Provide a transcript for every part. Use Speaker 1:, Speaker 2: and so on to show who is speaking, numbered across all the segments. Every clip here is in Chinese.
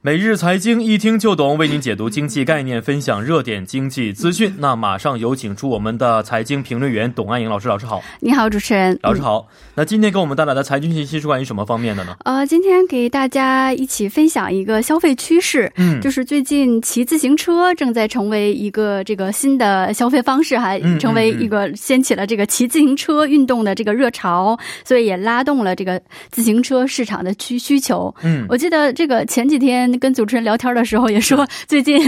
Speaker 1: 每日财经一听就懂，为您解读经济概念，分享热点经济资讯。那马上有请出我们的财经评论员董爱颖老师，老师好，
Speaker 2: 你好，主持人。
Speaker 1: 老师好。那今天给我们带来的财经信息是关于什么方面的呢？
Speaker 2: 呃，今天给大家一起分享一个消费趋势，
Speaker 1: 嗯
Speaker 2: 就是最近骑自行车正在成为一个这个新的消费方式，还
Speaker 1: 嗯
Speaker 2: 成为一个掀起了这个骑自行车运动的这个热潮，所以也拉动了这个自行车市场的需需求。
Speaker 1: 嗯
Speaker 2: 我记得这个前几天跟主持人聊天的时候也说，最近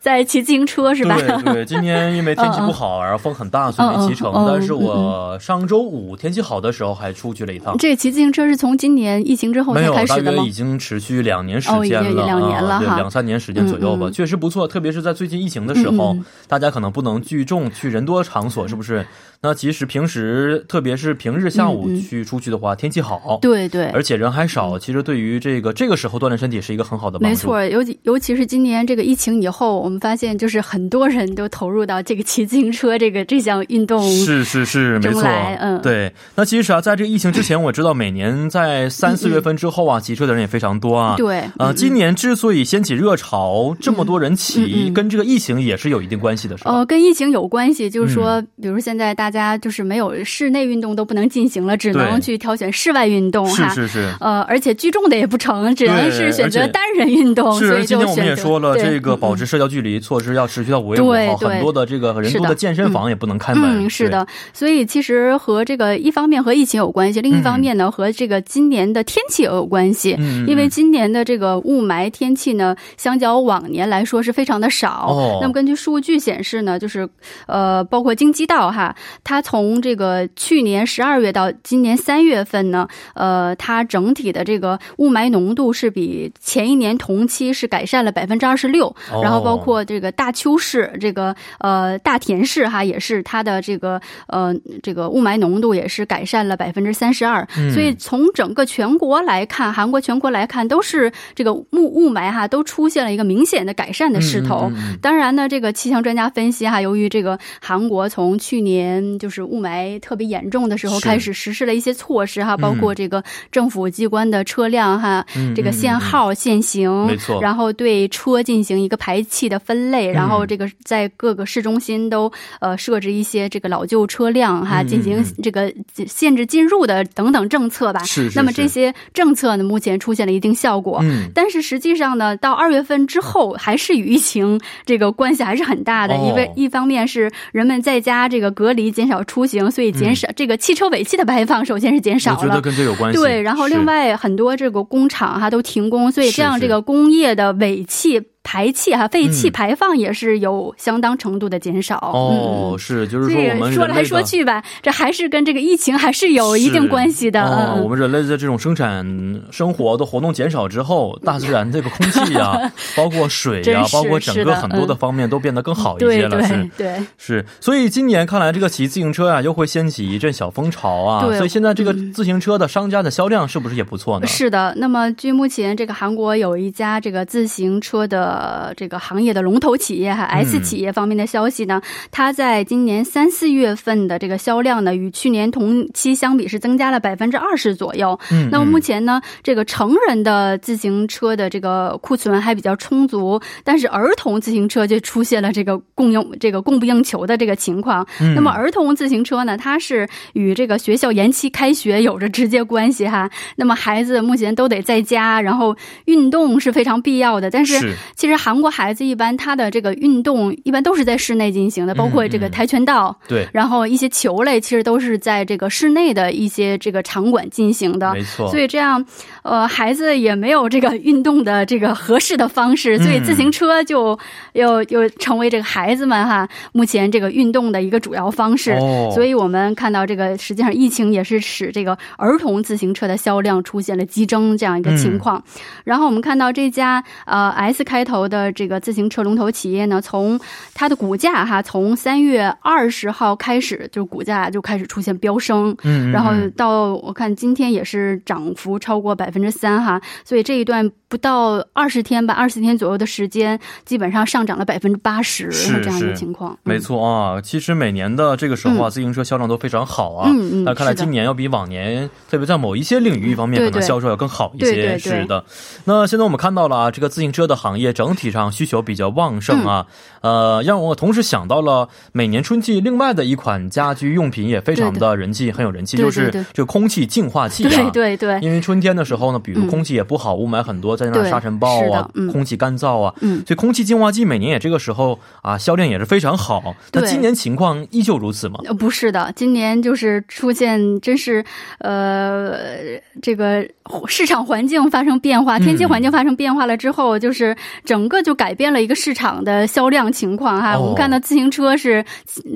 Speaker 2: 在骑自行车是吧？
Speaker 1: 对对，今天因为天气不好，然后风很大，所以没骑成。
Speaker 2: 嗯嗯嗯
Speaker 1: 但是我上周五天气好的时候还出去了一趟。
Speaker 2: 这骑自行车是从今年疫情之后
Speaker 1: 没
Speaker 2: 哦才
Speaker 1: 有，
Speaker 2: 开
Speaker 1: 大
Speaker 2: 始的
Speaker 1: 约
Speaker 2: 吗
Speaker 1: 已？经持续两年时间
Speaker 2: 哦已经
Speaker 1: 了，
Speaker 2: 两年了
Speaker 1: 啊、对
Speaker 2: 哈
Speaker 1: 两三年时间左右吧、
Speaker 2: 嗯嗯
Speaker 1: 确实不错。特别是在最近疫情的时候，
Speaker 2: 嗯嗯
Speaker 1: 大家可能不能聚众去人多场所，是不是？那其实平时，特别是平日下午
Speaker 2: 嗯嗯
Speaker 1: 去出去的话，天气好，，
Speaker 2: 对对，
Speaker 1: 而且人还少，其实对于这个这个时候锻炼身体是一个很好的帮助。
Speaker 2: 没错，尤其尤其是今年这个疫情以后，我们发现就是很多人都投入到这个骑自行车这个这项运动。
Speaker 1: 是是是，没
Speaker 2: 中
Speaker 1: 错
Speaker 2: 来，嗯
Speaker 1: 对。那其实啊，在这个疫情之前，我知道每年在三四月份之后啊，骑车的人也非常多啊。。
Speaker 2: 嗯对，
Speaker 1: 呃，今年之所以掀起热潮，这么多人骑，
Speaker 2: 嗯嗯嗯
Speaker 1: 跟这个疫情也是有一定关系的，是吧？
Speaker 2: 呃，跟疫情有关系，就
Speaker 1: 嗯
Speaker 2: 是说，比如现在大家就是没有室内运动都不能进行了，只能去挑选室外运动
Speaker 1: 是
Speaker 2: 哈。
Speaker 1: 是是。
Speaker 2: 呃，而且聚众的也不成，只能是选
Speaker 1: 而
Speaker 2: 择
Speaker 1: 且
Speaker 2: 单人运动，哦所
Speaker 1: 是，
Speaker 2: 以
Speaker 1: 今
Speaker 2: 就
Speaker 1: 天我们
Speaker 2: 选
Speaker 1: 也
Speaker 2: 择
Speaker 1: 说了，
Speaker 2: 对
Speaker 1: 这个保
Speaker 2: 嗯
Speaker 1: 持社交距离措施要持续到五月五
Speaker 2: 对
Speaker 1: 号，
Speaker 2: 对
Speaker 1: 很多的这个人多
Speaker 2: 是
Speaker 1: 的
Speaker 2: 的
Speaker 1: 健身房也不能开门。
Speaker 2: 嗯，是
Speaker 1: 对
Speaker 2: 的，，所以其实和这个一方面和疫情有关系，另一
Speaker 1: 嗯
Speaker 2: 方面呢、和这个今年的天气也有关系。
Speaker 1: 嗯，嗯
Speaker 2: 因为
Speaker 1: 嗯
Speaker 2: 今年的这个雾霾天气呢，相较往年来说是非常的少。
Speaker 1: 哦
Speaker 2: 那么根据数据显示呢，就是呃，包括京畿道哈，它从这个去年十二月到今年三月份呢，呃，它整体的这个雾霾浓度是比前一年同期是改善了百分之二十六。
Speaker 1: 哦
Speaker 2: 然后包括这个大邱市，这个呃大田市哈，也是它的这个呃这个雾霾浓度也是改善了百分之三十二
Speaker 1: 嗯，
Speaker 2: 所以从整个全国来看，韩国全国来看，都是这个雾雾霾哈，都出现了一个明显的改善的势头。
Speaker 1: 嗯嗯嗯
Speaker 2: 当然呢，这个气象专家分析哈，由于这个韩国从去年就是雾霾特别严重的时候
Speaker 1: 是
Speaker 2: 开始实施了一些措施哈，包括这个政府机关的车辆哈，
Speaker 1: 嗯
Speaker 2: 这个
Speaker 1: 嗯
Speaker 2: 限
Speaker 1: 嗯
Speaker 2: 号限行，
Speaker 1: 没错
Speaker 2: 然后对车进行一个排气的分类，然
Speaker 1: 嗯
Speaker 2: 后这个在各个市中心都呃设置一些这个老旧车辆哈，
Speaker 1: 嗯嗯
Speaker 2: 进行
Speaker 1: 嗯
Speaker 2: 这个限制进入的等等政策吧。
Speaker 1: 是是
Speaker 2: 啊那么这
Speaker 1: 是
Speaker 2: 些政策呢，目前出现了一定效果。
Speaker 1: 嗯，
Speaker 2: 但是实际上呢，到二月份之后，还是与疫情这个关系还是很大的。
Speaker 1: 哦
Speaker 2: 因为一方面是人们在家这个隔离，减少出行，所以减少、这个汽车尾气的排放，首先是减
Speaker 1: 嗯我
Speaker 2: 少
Speaker 1: 觉得
Speaker 2: 了。
Speaker 1: 跟这有关系。
Speaker 2: 对，然后
Speaker 1: 是
Speaker 2: 另外很多这个工厂哈都停工，所以这
Speaker 1: 是
Speaker 2: 样
Speaker 1: 是
Speaker 2: 这个工业的尾气排气哈废气
Speaker 1: 嗯
Speaker 2: 排放也是有相当程度的减少。
Speaker 1: 哦，是，就
Speaker 2: 嗯，
Speaker 1: 是
Speaker 2: 这
Speaker 1: 说我
Speaker 2: 个
Speaker 1: 们
Speaker 2: 说
Speaker 1: 人
Speaker 2: 来
Speaker 1: 类
Speaker 2: 说
Speaker 1: 的。
Speaker 2: 去吧，这还是跟这个疫情还是有一定
Speaker 1: 是
Speaker 2: 关系的。
Speaker 1: 哦
Speaker 2: 嗯，
Speaker 1: 我们人类的这种生产生活的活动减少之后，大自然这个空气 呀、包括水呀、
Speaker 2: 真是
Speaker 1: 包括整
Speaker 2: 是
Speaker 1: 个
Speaker 2: 的
Speaker 1: 很多的
Speaker 2: 嗯
Speaker 1: 方面都变得更好一
Speaker 2: 对
Speaker 1: 些了，是
Speaker 2: 对对。
Speaker 1: 是，所以今年看来，这个骑自行车啊，又会掀起一阵小风潮啊。
Speaker 2: 对嗯
Speaker 1: 所以现在这个自行车的商家的销量是不是也不错呢？
Speaker 2: 是的，那么据目前这个韩国有一家这个自行车的这个行业的龙头企业哈
Speaker 1: 嗯
Speaker 2: S 企业方面的消息呢，它在今年三四月份的这个销量呢，与去年同期相比是增加了百分之二十左右。
Speaker 1: 嗯，
Speaker 2: 那么目
Speaker 1: 嗯
Speaker 2: 前呢，这个成人的自行车的这个库存还比较充足，但是儿童自行车就出现了这个供应这个供不应求的这个情况。
Speaker 1: 嗯
Speaker 2: 那么儿童自行车呢，它是与这个学校延期开学有着直接关系哈。那么孩子目前都得在家，然后运动是非常必要的。但是
Speaker 1: 是
Speaker 2: 其实韩国孩子一般他的这个运动一般都是在室内进行的，包括
Speaker 1: 嗯
Speaker 2: 这个
Speaker 1: 嗯
Speaker 2: 跆拳道，
Speaker 1: 对，
Speaker 2: 然后一些球类其实都是在这个室内的一些这个场馆进行的。
Speaker 1: 没错。
Speaker 2: 所以这样，呃，孩子也没有这个运动的这个合适的方式，
Speaker 1: 嗯
Speaker 2: 所以自行车就又又成为这个孩子们哈目前这个运动的一个主要方式。
Speaker 1: 哦
Speaker 2: 所以我们看到这个，实际上疫情也是使这个儿童自
Speaker 1: 嗯
Speaker 2: 行车的销量出现了激增这样一个情况。然后我们看到这家呃 S 开头的这个自行车龙头企业呢，从它的股价哈，从三月二十号开始，就是股价就开始出现飙升，
Speaker 1: 嗯，嗯
Speaker 2: 然后
Speaker 1: 嗯
Speaker 2: 到我看今天也是涨幅超过百分之三哈，所以这一段不到二十天吧，二十天左右的时间，基本上上涨了百分之八十
Speaker 1: 是
Speaker 2: 这样一
Speaker 1: 是
Speaker 2: 个情况。
Speaker 1: 没
Speaker 2: 嗯，
Speaker 1: 错啊，其实每年的这个时候啊，自行车销量都非常好啊。
Speaker 2: 嗯嗯
Speaker 1: 那看来
Speaker 2: 是的
Speaker 1: 今年要比往年，特别在某一些领域方面，
Speaker 2: 对
Speaker 1: 可能
Speaker 2: 对
Speaker 1: 销售要更好一些。
Speaker 2: 对对对
Speaker 1: 是的。那现在我们看到了啊，这个自行车的行业整体上需求比较旺盛啊。
Speaker 2: 嗯
Speaker 1: 呃，让我同时想到了每年春季另外的一款家居用品也非常
Speaker 2: 对
Speaker 1: 的人气，很有人气，
Speaker 2: 对对
Speaker 1: 就是
Speaker 2: 对
Speaker 1: 这个空气净化器啊。
Speaker 2: 对对对，
Speaker 1: 因为春天的时候呢，比如
Speaker 2: 嗯
Speaker 1: 空气也不好，雾霾很多，再加上
Speaker 2: 对
Speaker 1: 沙尘暴
Speaker 2: 是
Speaker 1: 啊
Speaker 2: 的，嗯
Speaker 1: 空气干燥啊，
Speaker 2: 嗯。
Speaker 1: 所以空气净化器每年也这个时候啊，销量也是非常好。那
Speaker 2: 对
Speaker 1: 今年情况依旧如此吗？
Speaker 2: 呃，不是的，今年就是出现，真是，呃，这个市场环境发生变化，天气
Speaker 1: 嗯
Speaker 2: 环境发生变化了之后，就是整个就改变了一个市场的销量情况哈。
Speaker 1: 哦
Speaker 2: 我们看到自行车是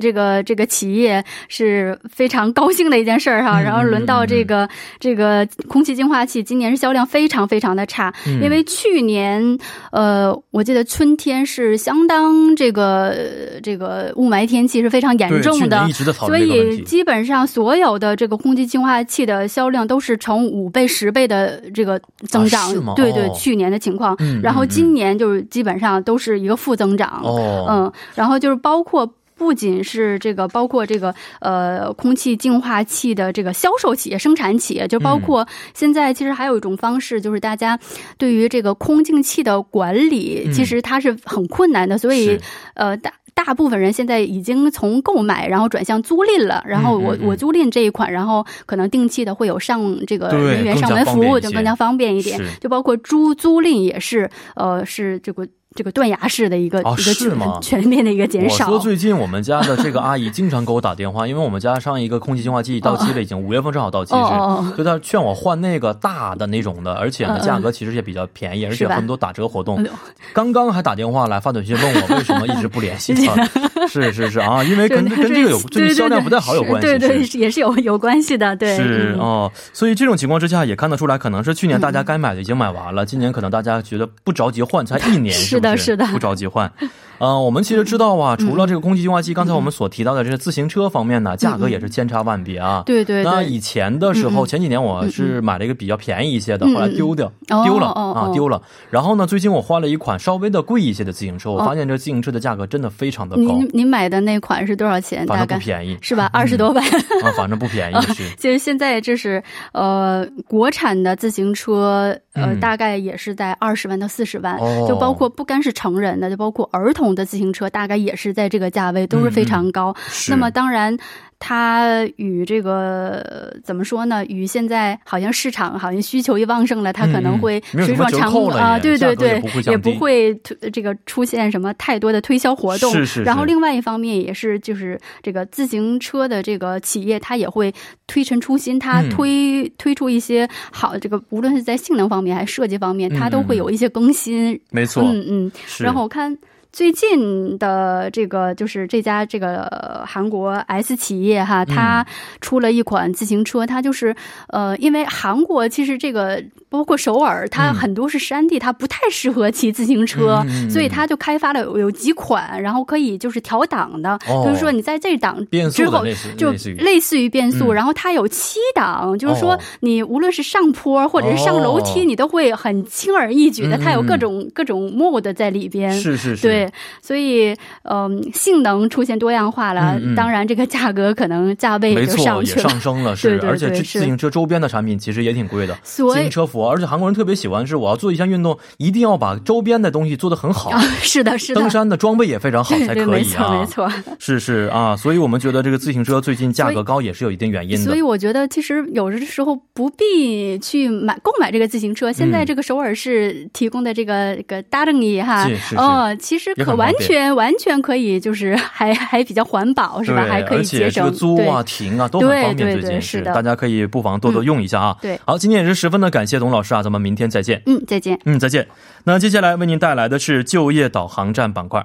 Speaker 2: 这个这个企业是非常高兴的一件事儿哈，
Speaker 1: 嗯
Speaker 2: 然后轮到这个这个空气净化器，今年是销量非常非常的差，
Speaker 1: 嗯
Speaker 2: 因为去年，呃，我记得春天是相当这个呃这个雾霾天气是非常
Speaker 1: 对
Speaker 2: 严
Speaker 1: 去
Speaker 2: 重
Speaker 1: 年
Speaker 2: 的
Speaker 1: 一，直在讨
Speaker 2: 所
Speaker 1: 论这个
Speaker 2: 以
Speaker 1: 问题。
Speaker 2: 基本上所有的这个空气净化器的销量都是呈五倍、十倍的这个增
Speaker 1: 啊
Speaker 2: 长。
Speaker 1: 是吗
Speaker 2: 对对、
Speaker 1: 哦
Speaker 2: 去年的情况、
Speaker 1: 嗯
Speaker 2: 然后
Speaker 1: 嗯嗯
Speaker 2: 今年就是基本上都是一个负增长。
Speaker 1: 哦，
Speaker 2: 嗯，然后就是包括。不仅是这个，包括这个呃，空气净化器的这个销售企业、生产企业，就包
Speaker 1: 嗯
Speaker 2: 括现在其实还有一种方式，就是大家对于这个空净气的管理
Speaker 1: 嗯，
Speaker 2: 其实它是很困难的，所以
Speaker 1: 是
Speaker 2: 呃大。大部分人现在已经从购买，然后转向租赁了。然后我、
Speaker 1: 嗯嗯嗯
Speaker 2: 我租赁这一款，然后可能定期的会有上这个
Speaker 1: 对
Speaker 2: 人员
Speaker 1: 更加
Speaker 2: 上门
Speaker 1: 方
Speaker 2: 服
Speaker 1: 便
Speaker 2: 务，
Speaker 1: 一
Speaker 2: 就
Speaker 1: 些
Speaker 2: 更加方便一点
Speaker 1: 是。
Speaker 2: 就包括租租赁也是，呃，是这个这个断崖式的一个、
Speaker 1: 哦
Speaker 2: 一个
Speaker 1: 是
Speaker 2: 全
Speaker 1: 吗
Speaker 2: 全面的一个减
Speaker 1: 我
Speaker 2: 少。
Speaker 1: 说最近我们家的这个阿姨经常给我打电话， 因为我们家上一个空气净化器到期了，已经五月份正好到期
Speaker 2: 哦
Speaker 1: 是。
Speaker 2: 哦
Speaker 1: 所以她劝我换那个大的那种的，而且呢
Speaker 2: 嗯嗯
Speaker 1: 价格其实也比较便宜，而且
Speaker 2: 是吧
Speaker 1: 很多打折活动
Speaker 2: 哎呦。
Speaker 1: 刚刚还打电话来发短信问我为什么一直不联系 他，是是是啊，因为
Speaker 2: 哦，
Speaker 1: 跟跟这个有
Speaker 2: 对
Speaker 1: 这个销量不太好有
Speaker 2: 是
Speaker 1: 关系，
Speaker 2: 对
Speaker 1: 是
Speaker 2: 对，也是有有关系的，对。
Speaker 1: 是
Speaker 2: 嗯
Speaker 1: 哦，所以这种情况之下也看得出来，可能是去年大家该买的已经买完了，今年可能大家觉得不着急换，才一年，
Speaker 2: 是
Speaker 1: 不
Speaker 2: 的
Speaker 1: 是
Speaker 2: 是的嗯
Speaker 1: 不着急换。呃，我们其实知道啊，除了这个空气净化器，刚才我们所提到的这个自行车方面呢，价格也是千差万别啊。
Speaker 2: 嗯对对
Speaker 1: 那
Speaker 2: 对，嗯
Speaker 1: 以前的时候，前几年我是买了一个比较便宜一些的，后来丢掉，
Speaker 2: 嗯嗯
Speaker 1: 丢了
Speaker 2: 哦哦
Speaker 1: 啊
Speaker 2: 哦，
Speaker 1: 丢了。然后呢，最近我换了一款稍微的贵一些的自行车，我
Speaker 2: 哦
Speaker 1: 发现这自行车的价格真的非常的高，
Speaker 2: 您您买的那款是多少钱？
Speaker 1: 反
Speaker 2: 大
Speaker 1: 正不
Speaker 2: 概
Speaker 1: 便宜
Speaker 2: 是吧？二十多万。
Speaker 1: 啊，反正不便 宜是。
Speaker 2: 其实现在这是呃，国产的自行车，呃，
Speaker 1: 嗯
Speaker 2: 大概也是在二十万到四十万、
Speaker 1: 哦
Speaker 2: 就包括不单是成人的，就包括儿童的自行车，大概也是在这个价位，都是非常高。
Speaker 1: 是
Speaker 2: 那么当然，它与这个呃怎么说呢？与现在好像市场好像需求一旺盛了，它可能会
Speaker 1: 嗯嗯没有什
Speaker 2: 水
Speaker 1: 么
Speaker 2: 涨
Speaker 1: 折
Speaker 2: 船
Speaker 1: 扣
Speaker 2: 高
Speaker 1: 了
Speaker 2: 啊，
Speaker 1: 也
Speaker 2: 对
Speaker 1: 价
Speaker 2: 对
Speaker 1: 格也
Speaker 2: 对
Speaker 1: 不会，降
Speaker 2: 也不
Speaker 1: 低
Speaker 2: 会推这个出现什么太多的推销活动。
Speaker 1: 是是是
Speaker 2: 然后另外一方面也是就是这个自行车的这个企业，它也会推陈出新，它
Speaker 1: 嗯
Speaker 2: 推、推出一些好这个，无论是在性能方面还是设计方面，它
Speaker 1: 嗯
Speaker 2: 都
Speaker 1: 嗯
Speaker 2: 会
Speaker 1: 嗯
Speaker 2: 有一些更新。
Speaker 1: 没错，
Speaker 2: 嗯嗯，
Speaker 1: 是。
Speaker 2: 然后我看最近的这个就是这家这个呃韩国 S 企业哈，
Speaker 1: 嗯
Speaker 2: 它出了一款自行车，它就是呃，因为韩国其实这个包括首尔，它
Speaker 1: 嗯
Speaker 2: 很多是山地，它不太适合骑自行车，
Speaker 1: 嗯嗯嗯
Speaker 2: 所以它就开发了有有几款，然后可以就是调档的，
Speaker 1: 哦
Speaker 2: 就是说你在这档
Speaker 1: 变
Speaker 2: 之
Speaker 1: 速的
Speaker 2: 后
Speaker 1: 类似
Speaker 2: 就
Speaker 1: 类似于
Speaker 2: 类似于变速，
Speaker 1: 嗯
Speaker 2: 然后它有七档，就是说
Speaker 1: 哦
Speaker 2: 你无论是上坡或者是上楼梯，
Speaker 1: 哦
Speaker 2: 你都会很轻而易举的，
Speaker 1: 嗯
Speaker 2: 它有各
Speaker 1: 嗯嗯
Speaker 2: 种各种 mode 在里边。
Speaker 1: 是是是，
Speaker 2: 对，所以嗯、性能出现多样化了，
Speaker 1: 嗯嗯
Speaker 2: 当然这个价格可能能价位
Speaker 1: 没
Speaker 2: 也就
Speaker 1: 错，
Speaker 2: 上
Speaker 1: 也
Speaker 2: 去了。
Speaker 1: 上升了，是，
Speaker 2: 对对
Speaker 1: 而且
Speaker 2: 对
Speaker 1: 这
Speaker 2: 是
Speaker 1: 自行车周边的产品其实也挺贵的。
Speaker 2: 所
Speaker 1: 自
Speaker 2: 以
Speaker 1: 行车服，而且韩国人特别喜欢是，我要做一项运动，一定要把周边的东西做得很好，
Speaker 2: 啊， 是的，是的，
Speaker 1: 登山的装备也非常好
Speaker 2: 对
Speaker 1: 才
Speaker 2: 对，
Speaker 1: 可
Speaker 2: 没
Speaker 1: 以
Speaker 2: 错，没
Speaker 1: 啊。
Speaker 2: 错。
Speaker 1: 是是啊，所以我们觉得这个自行车最近价
Speaker 2: 所
Speaker 1: 格
Speaker 2: 以
Speaker 1: 高也是有一定原因
Speaker 2: 所
Speaker 1: 的
Speaker 2: 以。我觉得，其实有的时候不必去买购买这个自行车。现在
Speaker 1: 嗯
Speaker 2: 这个首尔市提供的这个这个搭凳椅哈
Speaker 1: 是是是，
Speaker 2: 哦，其实
Speaker 1: 也很
Speaker 2: 可
Speaker 1: 方
Speaker 2: 完
Speaker 1: 便
Speaker 2: 全完全可以，就是还还比较环保是
Speaker 1: 对，
Speaker 2: 吧？还可以
Speaker 1: 而
Speaker 2: 节
Speaker 1: 且这
Speaker 2: 省
Speaker 1: 个租
Speaker 2: 对
Speaker 1: 啊、停啊都很方便，
Speaker 2: 对对
Speaker 1: 最近
Speaker 2: 对
Speaker 1: 是
Speaker 2: 是的嗯
Speaker 1: 大家可以不妨多多用一下啊。
Speaker 2: 对
Speaker 1: 好，今天也是十分的感谢董老师啊，咱们明天再见。
Speaker 2: 嗯，再见。
Speaker 1: 嗯，再见。那接下来为您带来的是就业导航站板块。